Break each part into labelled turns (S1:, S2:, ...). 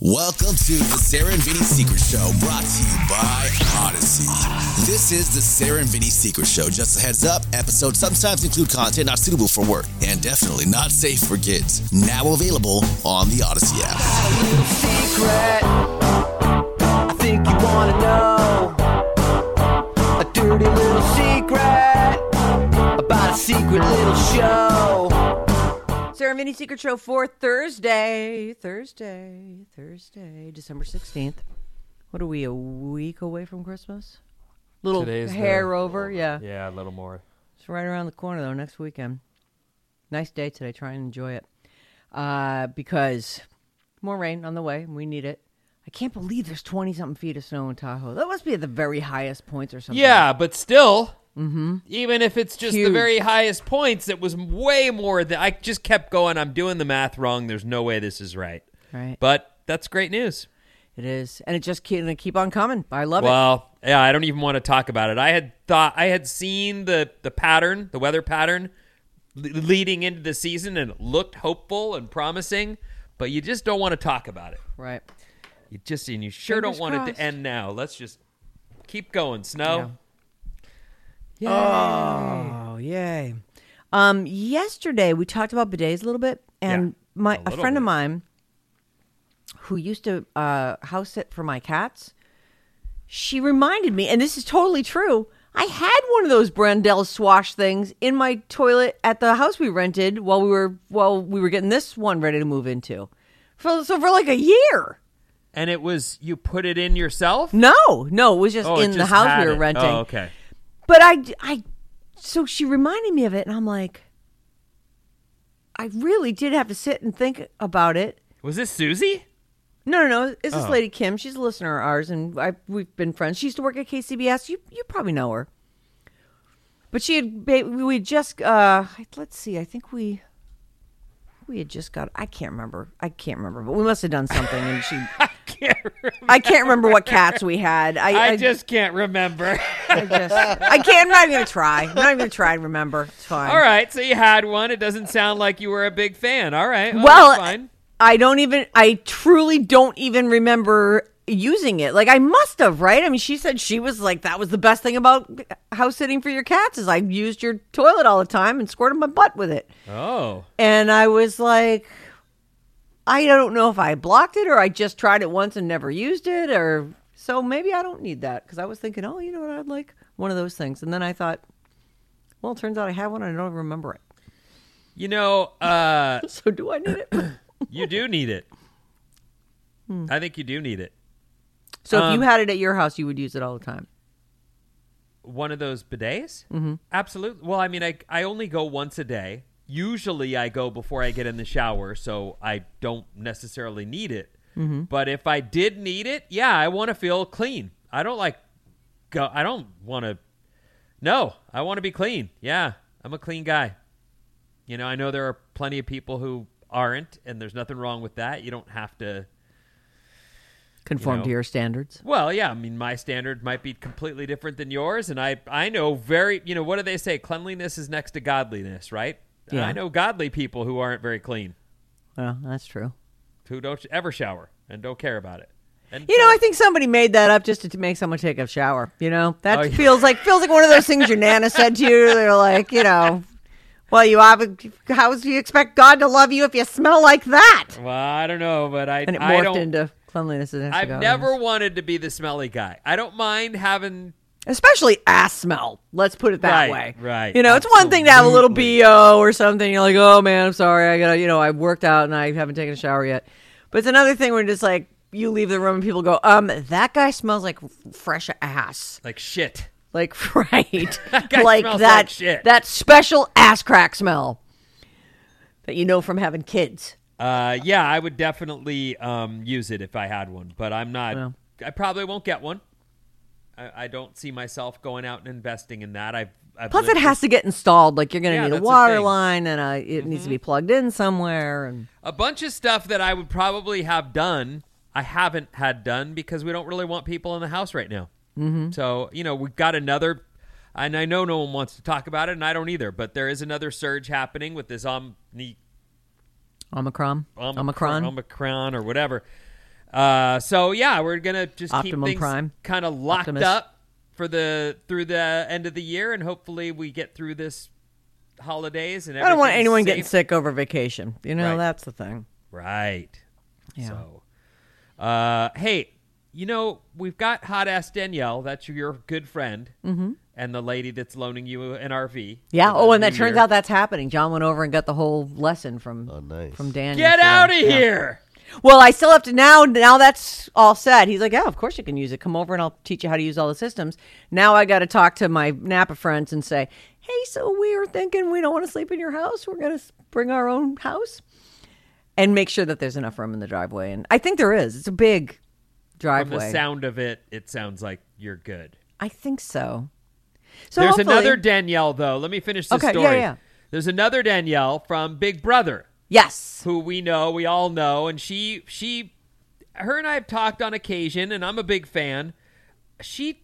S1: Welcome to the Sarah and Vinny Secret Show, brought to you by Odyssey. This is the Sarah and Vinny Secret Show. Just a heads up, episodes sometimes include content not suitable for work and definitely not safe for kids. Now available on the Odyssey app.
S2: secret. I think you wanna know a dirty little secret about a secret little show.
S3: Sarah Mini Secret Show for Thursday, Thursday, Thursday, December 16th. What are we, a week away from Christmas? Little
S4: Today's the-
S3: hair over, yeah.
S4: Yeah, a little more.
S3: It's right around the corner, though, next weekend. Nice day today. Try and enjoy it. Uh, because more rain on the way. We need it. I can't believe there's 20 something feet of snow in Tahoe. That must be at the very highest points or something.
S4: Yeah, but still, even if it's just
S3: Mm-hmm. Huge.
S4: the very highest points, it was way more than I just kept going. I'm doing the math wrong. There's no way this is right.
S3: Right.
S4: But that's great news.
S3: It is. And it just keep, gonna keep on coming. I love it.
S4: Well, yeah, I don't even want to talk about it. I had thought I had seen the the pattern, the weather pattern le- leading into the season and it looked hopeful and promising, but you just don't want to talk about it.
S3: Right.
S4: You just and you sure
S3: Fingers
S4: don't want it
S3: crossed.
S4: to end now. Let's just keep going, snow.
S3: Yeah. Oh, yay. Um, yesterday we talked about bidets a little bit, and
S4: Yeah,
S3: my
S4: a
S3: a,
S4: little
S3: friend of
S4: bit.
S3: mine who used to uh, house sit for my cats, she reminded me, and this is totally true. I had one of those Brandel swash things in my toilet at the house we rented while we were while we were getting this one ready to move into. For, so for like a year.
S4: And it was you put it in yourself?
S3: No, no, it was just
S4: Oh, it
S3: in the
S4: just
S3: house
S4: had
S3: we were
S4: it.
S3: renting.
S4: Oh, okay.
S3: But I, I, so she reminded me of it, and I'm like, I really did have to sit and think about it.
S4: Was this Susie?
S3: No, no, no. It's this lady Kim. She's a listener of ours, and I, we've been friends. She used to work at KCBS. You, you probably know her. But she had, ba- we had just, uh, let's see. I think we, we had just got. I can't remember. I can't remember. But we must have done something, and she. I can't remember what cats we had. I,
S4: I just can't remember.
S3: I just, I can't. I'm not even gonna try. I'm not even gonna try to remember. It's fine.
S4: All right, so you had one. It doesn't sound like you were a big fan. All right. Well,
S3: Well, uh,
S4: that's fine.
S3: I don't even. I truly don't even remember using it. Like I must have, right? I mean, she said she was like that was the best thing about house sitting for your cats is I used your toilet all the time and squirted my butt with it.
S4: Oh.
S3: And I was like, I don't know if I blocked it or I just tried it once and never used it, or so maybe I don't need that because I was thinking, oh, you know what, I'd like one of those things. And then I thought, well, it turns out I had one and I don't remember it.
S4: You know, uh,
S3: So do I need it?
S4: you do need it.
S3: Hmm.
S4: I think you do need it.
S3: so if you
S4: Um,
S3: had it at your house, you would use it all the time.
S4: One of those bidets? Mm-hmm. Absolutely. Well, I mean, I, I only go once a day. Usually I go before I get in the shower, so I don't necessarily need it. But if I did need it, yeah, I want to feel clean. I don't like go I don't want to No, I want to be clean. Yeah, I'm a clean guy. You know, I know there are plenty of people who aren't and there's nothing wrong with that. You don't have to
S3: Conform
S4: know.
S3: to your standards.
S4: well, yeah, I mean, my standard might be completely different than yours, and I I know very, you know, what do they say? Cleanliness is next to godliness, right? And
S3: Yeah.
S4: I know godly people who aren't very clean,
S3: Well, that's true.
S4: who don't ever shower and don't care about it. And
S3: You know, I think somebody made that up just to, to make someone take a shower. You know, that
S4: Oh, yeah.
S3: feels like feels like one of those things your nana said to you. They're like, you know, Well, you obvi- how do you expect God to love you if you smell like that?
S4: Well, I don't know, but I
S3: And it
S4: I
S3: morphed
S4: don't.
S3: into cleanliness and
S4: I've never wanted to be the smelly guy. I don't mind having.
S3: especially ass smell. Let's put it that
S4: Right,
S3: way.
S4: right,
S3: You know, it's one thing to have a little
S4: absolutely.
S3: bo or something. You're like, oh man, I'm sorry. I gotta, you know, I worked out and I haven't taken a shower yet. But it's another thing where just like you leave the room and people go, um, that guy smells like fresh ass,
S4: Like shit.
S3: like right,
S4: guy
S3: like
S4: smells like
S3: that
S4: shit.
S3: that special ass crack smell that you know from having kids.
S4: Uh, yeah, I would definitely um, use it if I had one, but I'm not.
S3: Well.
S4: I probably won't get one. I, I don't see myself going out and investing in that. I've, I've
S3: Plus, it
S4: lived
S3: has to get installed. Like you're gonna
S4: Yeah,
S3: need a
S4: that's the
S3: water
S4: thing. Mm-hmm.
S3: line and a, it needs to be plugged in somewhere. And
S4: a bunch of stuff that I would probably have done. I haven't had done because we don't really want people in the house right now. Mm-hmm. So you know we've got another, and I know no one wants to talk about it, and I don't either. But there is another surge happening with this omni
S3: Omicron,
S4: Omicron, Omicron, or whatever. Uh, so yeah, we're gonna just
S3: Optimum
S4: keep things
S3: Prime.
S4: kind of locked
S3: Optimus.
S4: up for the through the end of the year, and hopefully we get through this holidays and.
S3: I don't want
S4: everything's
S3: anyone
S4: safe.
S3: getting sick over vacation. You know,
S4: Right.
S3: that's the thing.
S4: Right.
S3: Yeah.
S4: So, uh, hey, you know we've got hot ass Danielle. That's your good friend, mm-hmm. and the lady that's loaning you an RV.
S3: Yeah.
S4: for the
S3: Oh, and
S4: new
S3: that turns
S4: year.
S3: out that's happening. John went over and got the whole lesson from
S5: Oh, nice.
S3: from Dan.
S4: Get
S3: yesterday.
S4: out of
S3: Yeah.
S4: here.
S3: Well, I still have to now. Now that's all set. He's like, yeah, of course you can use it. Come over and I'll teach you how to use all the systems. Now I got to talk to my Napa friends and say, hey, so we are thinking we don't want to sleep in your house. We're gonna s- bring our own house, and make sure that there's enough room in the driveway. And I think there is. It's a big
S4: From the
S3: driveway.
S4: sound of it, it sounds like you're good.
S3: I think so. So
S4: There's
S3: hopefully-
S4: another Danielle though. Let me finish this
S3: Okay, yeah,
S4: story.
S3: yeah.
S4: There's another Danielle from Big Brother
S3: Yes.
S4: who we know, we all know, and she she her and I have talked on occasion and I'm a big fan. She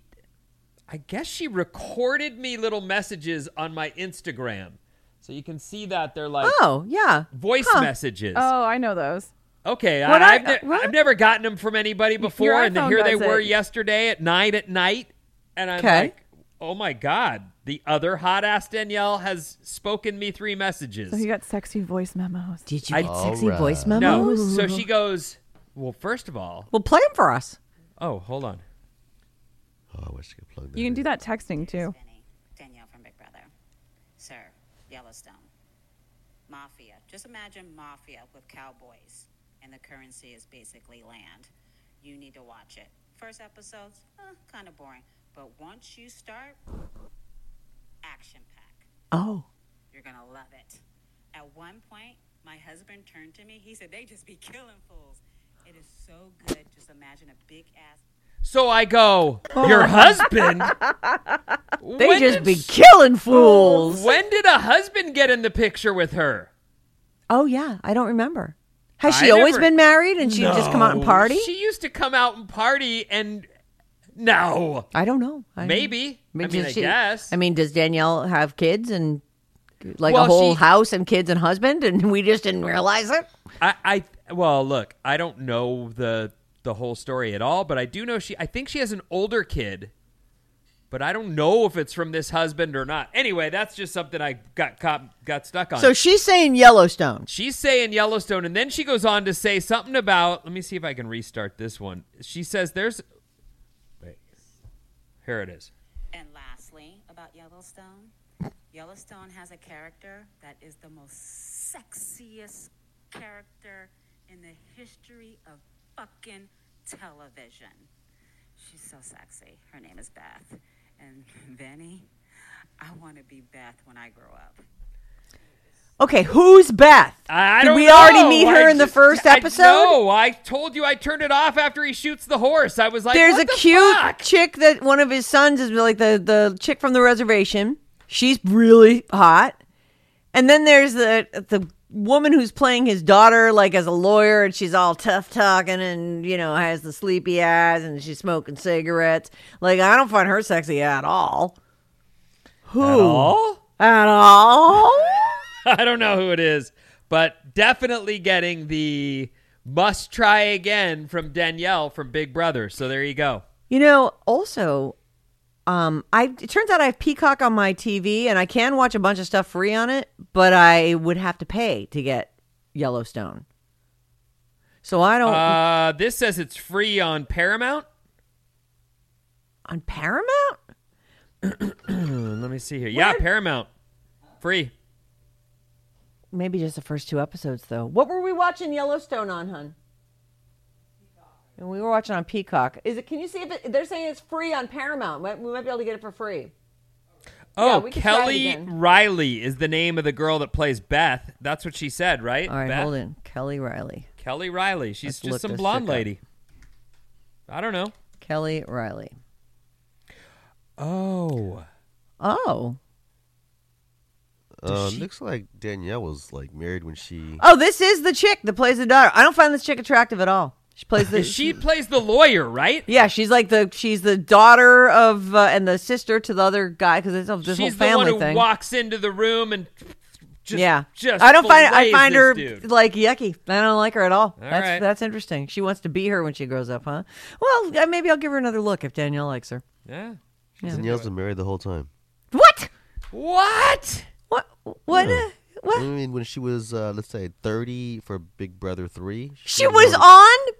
S4: I guess she recorded me little messages on my Instagram. So you can see that they're like
S3: Oh, yeah.
S4: voice messages.
S6: Oh, I know those.
S4: Okay,
S6: What
S4: I,
S6: I-
S4: have ne-
S6: what?
S4: I've never gotten them from anybody before, and then
S6: iPhone
S4: here they
S6: does
S4: were
S6: it.
S4: yesterday at nine at night, and I'm
S3: Okay.
S4: like, oh my god, the other hot ass Danielle has spoken me three messages.
S6: So you got sexy voice memos.
S3: Did you
S4: I-
S3: get
S4: All
S3: sexy
S5: right.
S3: voice
S4: no,
S3: memos?
S4: so she goes, well, first of all,
S3: Well, play them for us.
S4: oh, hold on,
S5: Oh, I wish I could plug that.
S6: You can
S5: in.
S6: do that texting too.
S7: Vinny, Danielle from Big Brother. Sir, Yellowstone. Mafia. Just imagine mafia with cowboys, and the currency is basically land. You need to watch it. First episode's kind of boring, but once you start, action pack.
S3: Oh.
S7: You're gonna love it. At one point, my husband turned to me. He said, "They just be killing fools." It is so good. Just imagine a big ass.
S4: so I go, your husband?
S3: Oh. They
S4: When
S3: just
S4: did Oh,
S3: be
S4: s-
S3: killing fools.
S4: When did a husband get in the picture with her?
S3: Oh, yeah. I don't remember. Has she
S4: I
S3: always
S4: never-
S3: been married and she just come out and party?
S4: She used to come out and party, and no,
S3: I don't know. I don't-
S4: maybe. I mean,
S3: does
S4: I
S3: she-
S4: guess.
S3: I mean, does Danielle have kids and like
S4: Well,
S3: a whole
S4: she-
S3: house and kids and husband and we just didn't realize it?
S4: I, I well, look, I don't know the the whole story at all, but I do know she. I think she has an older kid, but I don't know if it's from this husband or not. Anyway, that's just something I got caught, got stuck on.
S3: So she's saying Yellowstone.
S4: She's saying Yellowstone, and then she goes on to say something about. Let me see if I can restart this one. She says, "There's." Wait. Here it is.
S7: And lastly, about Yellowstone, Yellowstone has a character that is the most sexiest character in the history of fucking television. She's so sexy. Her name is Beth. And Benny, I want to be Beth when I grow up.
S3: Okay, who's Beth?
S4: I, I
S3: Did
S4: don't
S3: we
S4: know.
S3: already meet her
S4: I
S3: in the
S4: just-
S3: first episode?
S4: I, no, I told you I turned it off after he shoots the horse. I was like,
S3: There's
S4: "What
S3: a
S4: the
S3: cute
S4: fuck?"
S3: chick that one of his sons is like the the chick from the reservation. She's really hot. And then there's the the woman who's playing his daughter like as a lawyer and she's all tough talking and you know has the sleepy eyes and she's smoking cigarettes. Like I don't find her sexy at all. Who?
S4: At all?
S3: At all?
S4: I don't know who it is, but definitely getting the must try again from Danielle from Big Brother. So there you go.
S3: You know, also Um, I it turns out I have Peacock on my TV, and I can watch a bunch of stuff free on it, but I would have to pay to get Yellowstone. So I don't
S4: Uh, this says it's free on Paramount.
S3: on Paramount.
S4: Let me see here. Yeah, Paramount, free.
S3: Maybe just the first two episodes, though. What were we watching Yellowstone on, hun? And we were watching on Peacock. Is it? Can you see if it, they're saying it's free on Paramount? Might- We might be able to get it for free.
S4: Oh,
S3: we can try it
S4: Kelly
S3: again.
S4: Riley is the name of the girl that plays Beth. That's what she said, right?
S3: All right,
S4: Beth?
S3: hold in, Kelly Riley.
S4: Kelly Riley.
S3: Let's
S4: She's
S3: look
S4: just some
S3: this
S4: blonde
S3: chick up.
S4: lady. I don't know.
S3: Kelly Riley.
S4: Oh.
S3: Oh,
S5: Uh, Looks like Danielle was like married when she.
S3: oh, this is the chick that plays the daughter. I don't find this chick attractive at all. She plays the.
S4: She plays the lawyer, right?
S3: yeah, she's like the she's the daughter of uh, and the sister to the other guy because it's this
S4: She's
S3: whole family
S4: the one who
S3: thing.
S4: walks into the room and just
S3: yeah,
S4: just
S3: I don't find I
S4: fillets
S3: find
S4: this
S3: her
S4: dude.
S3: like yucky. I don't like her at all. that's
S4: right.
S3: that's interesting. She wants to be her when she grows up, huh? Well, uh, maybe I'll give her another look if Danielle likes her.
S4: Yeah.
S5: Danielle's been married the whole time.
S3: What?
S4: What?
S3: What? What?
S4: Hmm.
S3: uh,
S5: I
S3: what?
S5: mean, when she was, uh, let's say, 30 for Big Brother 3.
S3: She was on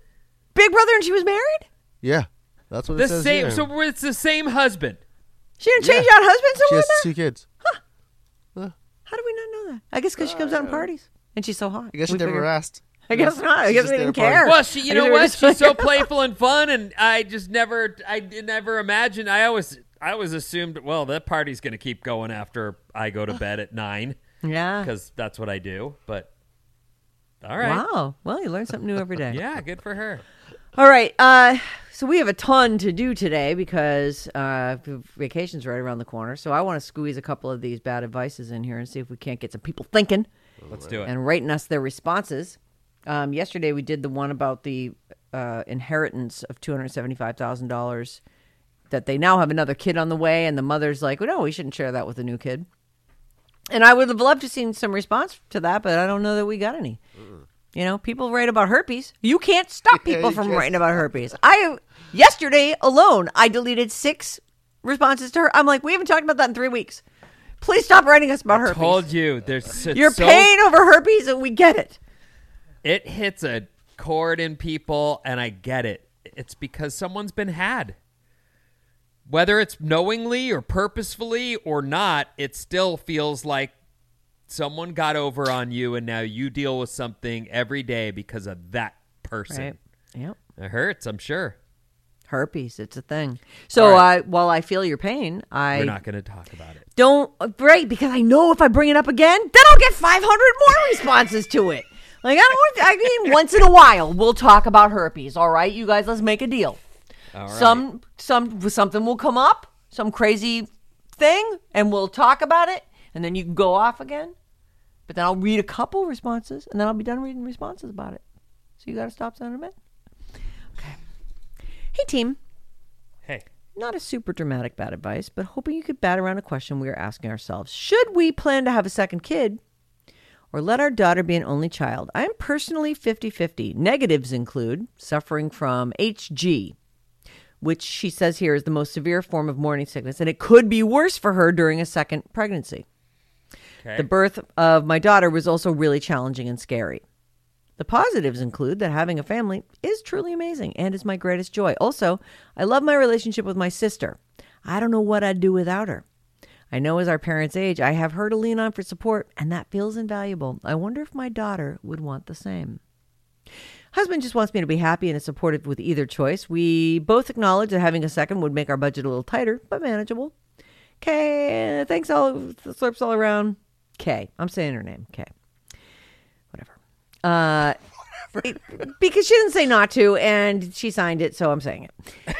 S3: Big Brother and she was married.
S5: Yeah. That's what
S4: The
S5: it says.
S4: same
S5: here.
S4: so we're- it's the same husband.
S3: She didn't change out husbands
S5: She
S3: or
S5: has
S3: whatnot.
S5: two kids.
S3: How do we not know that? I guess because she comes
S4: Uh,
S3: out in parties and she's so hot.
S5: I guess she
S3: We
S5: never
S3: figure-
S5: asked.
S3: I guess not. I
S5: She's
S3: guess
S5: just
S3: we
S5: there
S3: didn't
S5: to party.
S3: care.
S4: Well, she,
S3: I
S4: you
S3: guess
S4: know
S3: we were
S4: what?
S3: just
S4: She's so
S3: like-
S4: playful and fun, and I just never, I did never imagined. I always, I always assumed, well, that party's going to keep going after I go to bed at nine
S3: Yeah.
S4: because that's what I do. But all right,
S3: Wow. Well, you learn something new every day.
S4: yeah, good for her.
S3: All right. Uh, so we have a ton to do today because uh, vacation's right around the corner. So I want to squeeze a couple of these bad advices in here and see if we can't get some people thinking
S4: Let's do it.
S3: and writing us their responses. Um, yesterday we did the one about the uh, inheritance of two hundred seventy-five thousand dollars that they now have another kid on the way, and the mother's like, well, "No, we shouldn't share that with the new kid." And I would have loved to seen some response to that, but I don't know that we got any. You know, people write about herpes. You can't stop people
S5: you
S3: from
S5: can't
S3: writing about herpes. I yesterday alone, I deleted six responses to her. I'm like, we haven't talked about that in three weeks. Please stop writing us about herpes.
S4: Told you, there's it's
S3: Your
S4: so-
S3: pain over herpes, and we get it.
S4: It hits a chord in people, and I get it. It's because someone's been had. Whether it's knowingly or purposefully or not, it still feels like someone got over on you, and now you deal with something every day because of that person.
S3: Yep.
S4: It hurts, I'm sure.
S3: Herpes, it's a thing. So
S4: All right.
S3: I, while I feel your pain, I
S4: We're not going to talk about it.
S3: don't right because I know if I bring it up again, then I'll get 500 more responses to it. Like I don't. want- I mean, once in a while, we'll talk about herpes. All right, you guys, let's make a deal. Some some something will come up, some crazy thing, and we'll talk about it, and then you can go off again. But then I'll read a couple responses, and then I'll be done reading responses about it. So you got to stop sending them in. Okay. Hey team
S4: Hey,
S3: not a super dramatic bad advice, but hoping you could bat around a question we are asking ourselves. Should we plan to have a second kid or let our daughter be an only child? I am personally 50 50. Negatives include suffering from HG, which she says here is the most severe form of morning sickness, and it could be worse for her during a second pregnancy. The birth of my daughter was also really challenging and scary. The positives include that having a family is truly amazing and is my greatest joy. Also, I love my relationship with my sister. I don't know what I'd do without her. I know as our parents age, I have her to lean on for support, and that feels invaluable. I wonder if my daughter would want the same. Husband just wants me to be happy and is supportive with either choice. We both acknowledge that having a second would make our budget a little tighter, but manageable. K, thanks all, slurps all around. K, I'm saying her name. K, whatever. Uh, because she didn't say not to, and she signed it, so I'm saying it.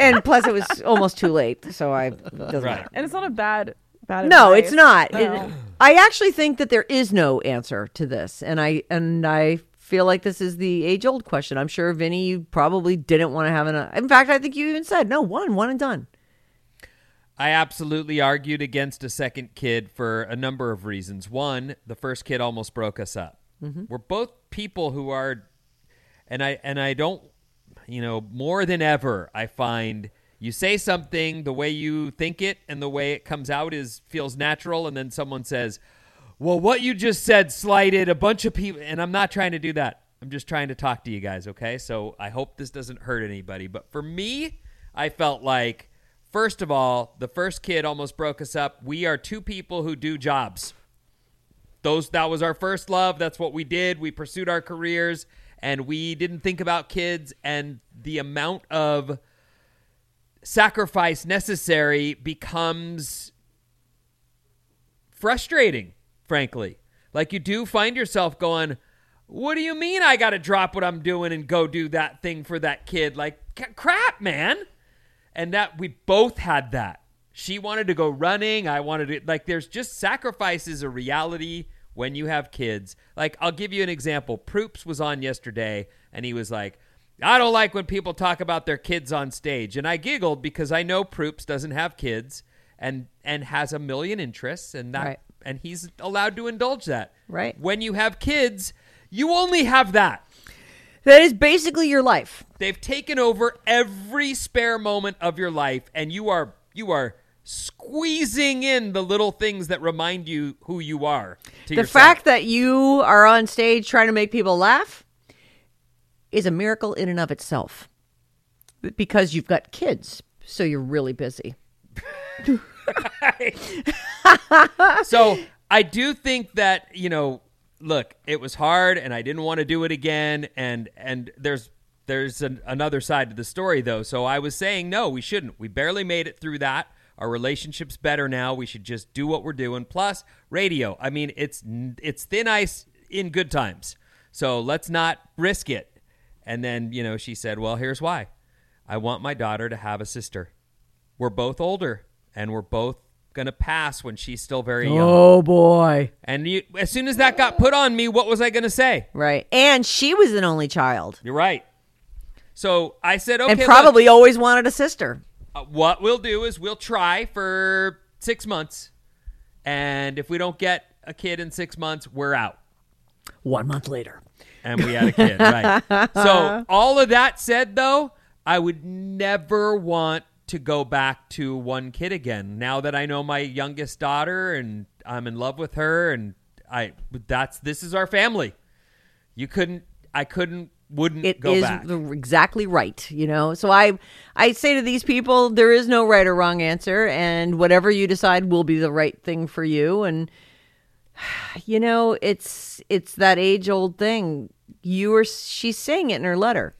S3: and plus, it was almost too late, so I it doesn't matter.
S6: And it's not a bad bad.
S3: No,
S6: advice.
S3: it's not.
S6: No.
S3: It- I actually think that there is no answer to this, and I and I feel like this is the age old question. I'm sure Vinny, you probably didn't want to have an. In fact, I think you even said no one, one and done.
S4: I absolutely argued against a second kid for a number of reasons. One, the first kid almost broke us up.
S3: Mm-hmm.
S4: We're both people who are, and I and I don't, you know, more than ever, I find You say something, the way you think it and the way it comes out is feels natural, and then someone says, "Well, what you just said slighted a bunch of people," and I'm not trying to do that. I'm just trying to talk to you guys, okay? So I hope this doesn't hurt anybody. But for me, I felt like, first of all, the first kid almost broke us up. We are two people who do jobs those that was our first love that's what we did we pursued our careers and we didn't think about kids and the amount of sacrifice necessary becomes frustrating frankly like you do find yourself going what do you mean i gotta drop what i'm doing and go do that thing for that kid like c- crap man and that we both had that. She wanted to go running. I wanted to like. There's just sacrifices a reality when you have kids. Like I'll give you an example. Proops was on yesterday, and he was like, "I don't like when people talk about their kids on stage," and I giggled because I know Proops doesn't have kids and and has a million interests, and that
S3: Right.
S4: and he's allowed to indulge that.
S3: Right.
S4: When you have kids, you only have that.
S3: That is basically your life.
S4: They've taken over every spare moment of your life, and you are you are squeezing in the little things that remind you who you are. To
S3: the
S4: yourself.
S3: fact that you are on stage trying to make people laugh is a miracle in and of itself because you've got kids so you're really busy
S4: so I do think that you know, look, it was hard, and I didn't want to do it again. And and there's there's an, another side to the story though. So I was saying no, we shouldn't. We barely made it through that. Our relationship's better now. We should just do what we're doing. Plus, radio. I mean, it's n- it's thin ice in good times. So let's not risk it. And then you know, she said, "Well, here's why. I want my daughter to have a sister. We're both older, and we're both." gonna pass when she's still very young.
S3: oh boy
S4: And you, as soon as that got put on me, what was I going to say?
S3: right and she was an only child
S4: You're right. So I said, okay.
S3: and
S4: look,
S3: probably always wanted a sister
S4: uh, what we'll do is we'll try for six months. And if we don't get a kid in six months, we're out.
S3: one month later
S4: And we had a kid, right? So all of that said, though, I would never want to go back to one kid again. Now that I know my youngest daughter and I'm in love with her, and I that's this is our family. You couldn't, I couldn't, wouldn't
S3: It is
S4: go back.
S3: the- exactly right you know so i i say to these people there is no right or wrong answer and whatever you decide will be the right thing for you and you know it's it's that age old thing you are she's saying it in her letter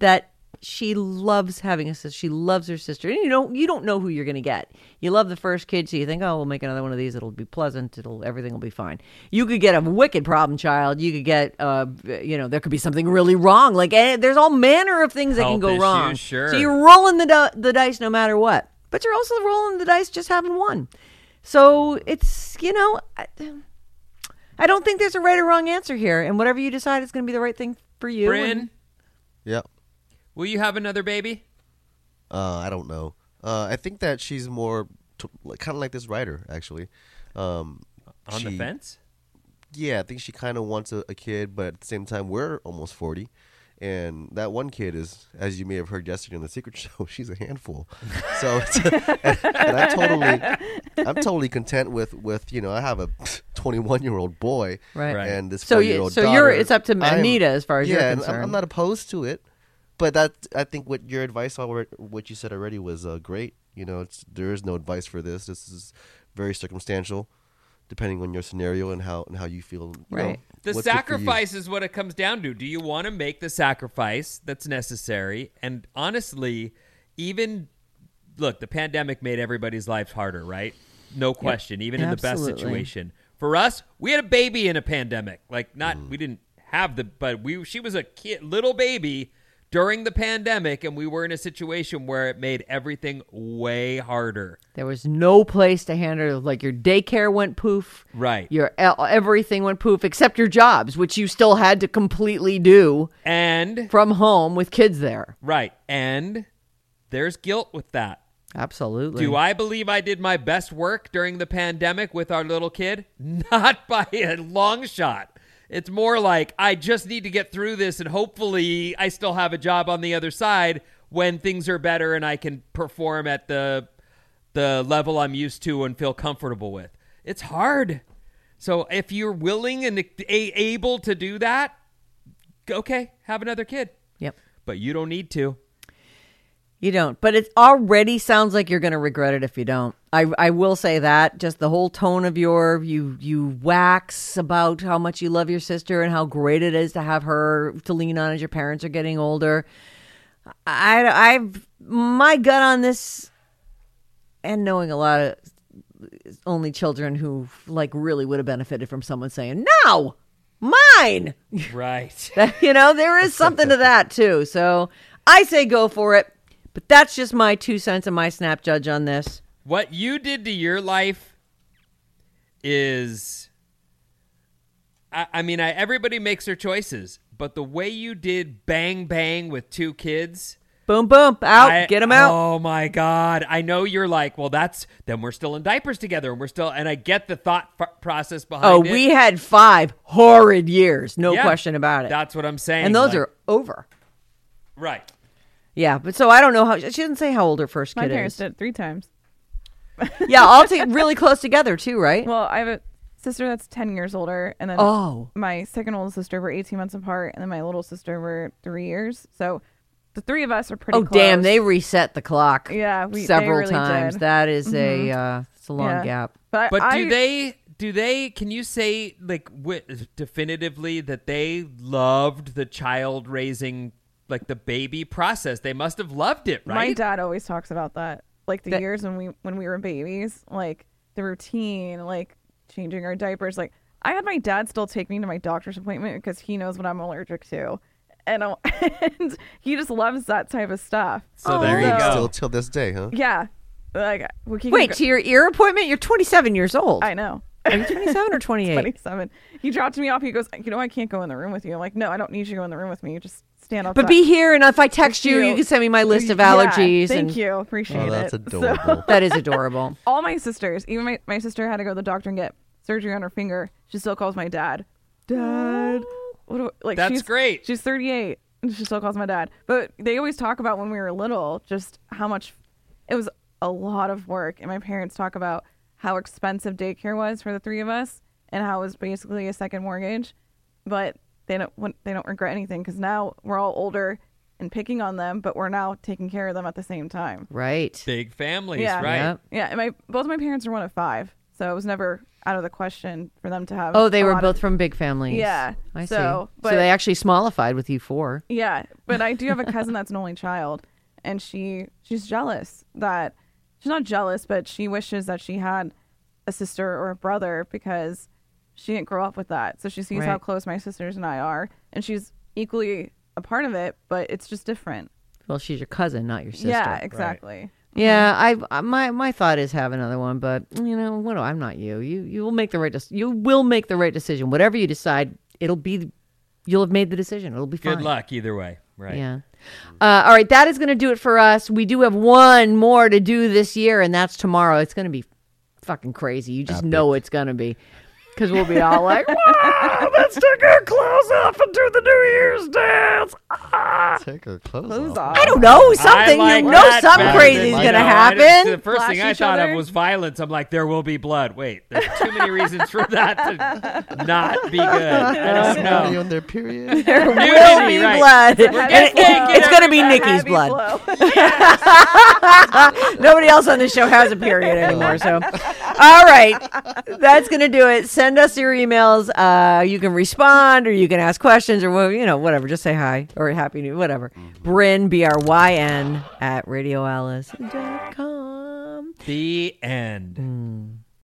S3: that she loves having a sister she loves her sister and you don't you don't know who you're going to get you love the first kid so you think oh we'll make another one of these it'll be pleasant it'll everything will be fine you could get a wicked problem child you could get uh you know there could be something really wrong like eh, there's all manner of things that can
S4: Health
S3: go
S4: issues,
S3: wrong
S4: sure.
S3: so you're rolling the, di- the dice no matter what but you're also rolling the dice just having one so it's you know I, I don't think there's a right or wrong answer here and whatever you decide is going to be the right thing for you and-
S4: Bryn,
S5: Yep.
S4: will you have another baby?
S5: Uh, I don't know. Uh, I think that she's more t- kind of like this writer actually. Um,
S4: On the
S5: she-
S4: fence?
S5: Yeah, I think she kind of wants a, a kid, but at the same time, we're almost forty, and that one kid is, as you may have heard yesterday on the Secret Show, she's a handful. So, it's, and, I totally, I'm totally content with with you know I have a 21 year old boy,
S3: Right. Right.
S5: and this
S3: So you-
S5: 40-year-old
S3: so you're-
S5: daughter.
S3: it's up to
S5: I'm-
S3: Anita as far as
S5: yeah,
S3: you're
S5: and I'm- I'm
S3: concerned.
S5: not opposed to it, but that I think what your advice already, what you said already was uh, great. You know, it's, there is no advice for this. This is very circumstantial, depending on your scenario and how and how you feel. you know,
S3: Right.
S4: The
S5: what's good for you.
S4: sacrifice is what it comes down to. Do you want to make the sacrifice that's necessary? And honestly, even look, the pandemic made everybody's lives harder, right? No question, even in the best
S3: Absolutely.
S4: situation. For us, we had a baby in a pandemic. Like not
S5: Mm.
S4: we didn't have the but we she was a kid little baby during the pandemic and we were in a situation where it made everything way harder.
S3: There was no place to hand her. Like your daycare went poof.
S4: Right.
S3: Your e, everything went poof except your jobs, which you still had to completely do
S4: And
S3: from home with kids there.
S4: right, and there's guilt with that.
S3: Absolutely.
S4: Do I believe I did my best work during the pandemic with our little kid? Not by a long shot. It's more like I just need to get through this and hopefully I still have a job on the other side when things are better and I can perform at the the level I'm used to and feel comfortable with. It's hard. So if you're willing and a- able to do that, okay, have another kid.
S3: Yep.
S4: But you don't need to.
S3: You don't. But it already sounds like you're going to regret it if you don't. I, I will say that just the whole tone of your you you wax about how much you love your sister and how great it is to have her to lean on as your parents are getting older. I I've my gut on this and knowing a lot of only children who like really would have benefited from someone saying, "No, mine."
S4: Right.
S3: you know, there is something to that too. So I say go for it. But that's just my two cents and my snap judge on this.
S4: what you did to your life is I, I mean I, everybody makes their choices but the way you did bang bang with two kids
S3: Boom, boom, out,
S4: I-
S3: Get 'em get them out.
S4: oh my god i know you're like well that's then we're still in diapers together and we're still and i get the thought f- process behind
S3: oh,
S4: it.
S3: we had five horrid years, no
S4: Yeah,
S3: question about it.
S4: that's what i'm saying
S3: and those
S4: like-
S3: are over.
S4: right
S3: Yeah, but so I don't know how she didn't say how old her first
S6: My
S3: kid
S6: parents
S3: is.
S6: did it three times.
S3: Yeah, all t- really close together too, right?
S6: Well, I have a sister that's 10 years older, and then
S3: Oh.
S6: my second oldest sister were 18 months apart, and then my little sister were three years. So the three of us are pretty
S3: oh,
S6: close.
S3: damn, they reset the clock.
S6: Yeah, we- they
S3: several
S6: really
S3: times.
S6: did. Mm-hmm.
S3: That is a uh, it's a long
S6: Yeah.
S3: gap.
S6: But,
S4: But
S6: I,
S4: do they? Do they? Can you say like wi definitively that they loved the child raising, like the baby process? They must have loved it,
S6: My
S4: right?
S6: dad always talks about that. Like the
S3: That-
S6: years when we when we were babies, like the routine, like changing our diapers. Like I had my dad still take me to my doctor's appointment because he knows what I'm allergic to, and, I'll- and he just loves that type of stuff.
S4: so there you go.
S5: Still till this day, huh?
S6: Yeah, like we can
S3: Wait, to your ear appointment? You're 27 years old.
S6: I know.
S3: Are you 27 or 28?
S6: 27. He dropped me off. He goes, You know, I can't go in the room with you. I'm like, No, I don't need you to go in the room with me. You just stand up.
S3: But be here, and if I text you, you can send me my list of allergies.
S6: thank
S3: and
S6: you. Appreciate
S5: Oh, that's
S6: it. So-
S5: adorable.
S3: That is adorable.
S6: all my sisters, even my, my sister had to go to the doctor and get surgery on her finger. She still calls my dad. Dad. What do, like
S4: That's
S6: she's,
S4: great.
S6: She's 38 and she still calls my dad. But they always talk about when we were little just how much it was a lot of work and my parents talk about how expensive daycare was for the three of us and how it was basically a second mortgage. But they don't want- they don't regret anything cuz now we're all older and picking on them, but we're now taking care of them at the same time.
S3: Right.
S4: Big families,
S6: Yeah.
S4: right?
S3: Yep.
S6: Yeah, and my both my parents are one of five, so it was never out of the question for them to have.
S3: Oh, they
S6: a
S3: were
S6: lot
S3: both
S6: Of,
S3: from big families.
S6: Yeah,
S3: I see.
S6: so, but-
S3: so they actually smallified with you four.
S6: yeah, but I do have a cousin that's an only child, and she she's jealous that she's not jealous, but she wishes that she had a sister or a brother because she didn't grow up with that. So she sees how
S3: Right.
S6: close my sisters and I are, and she's equally a part of it, but it's just different.
S3: Well, she's your cousin, not your sister.
S6: yeah, exactly.
S3: Yeah, I I- my my thought is have another one, but you know what? I'm not you. You you will make the right dec- you will make the right decision. Whatever you decide, it'll be you'll have made the decision. It'll be
S4: Good
S3: fine.
S4: luck either way, right?
S3: Yeah. Uh, all right, that is going to do it for us. We do have one more to do this year, and that's tomorrow. It's going to be fucking crazy. You just know it's going to be because we'll be all like, wow, let's take our clothes off and do the New Year's dance. Ah.
S5: Take her clothes,
S6: Who's
S5: off.
S6: off?
S3: I don't know.
S4: I
S3: Something.
S4: like
S3: you know
S4: that
S3: something
S4: better
S3: crazy is
S4: than-
S3: going to
S4: No, I didn't- The
S3: happen.
S4: first
S6: Blast
S4: thing I
S6: each
S4: thought
S6: other?
S4: of was violence. I'm like, there will be blood. Wait, there's too many reasons for that to not be good. I don't
S5: Somebody
S4: know.
S5: on their period.
S3: There
S4: Nudity,
S3: will be
S4: right.
S3: blood.
S6: happy
S3: And it-
S6: flow.
S3: it's going to be
S6: A
S3: Nikki's
S6: heavy
S3: blood.
S6: blow.
S3: Nobody else on the show has a period anymore. So, all right, that's going to do it. Send us your emails. Uh, you can respond, or you can ask questions, or wha- you know, whatever. Just say hi or happy new, whatever. Bryn B R Y N at radioalice.com.
S4: The end.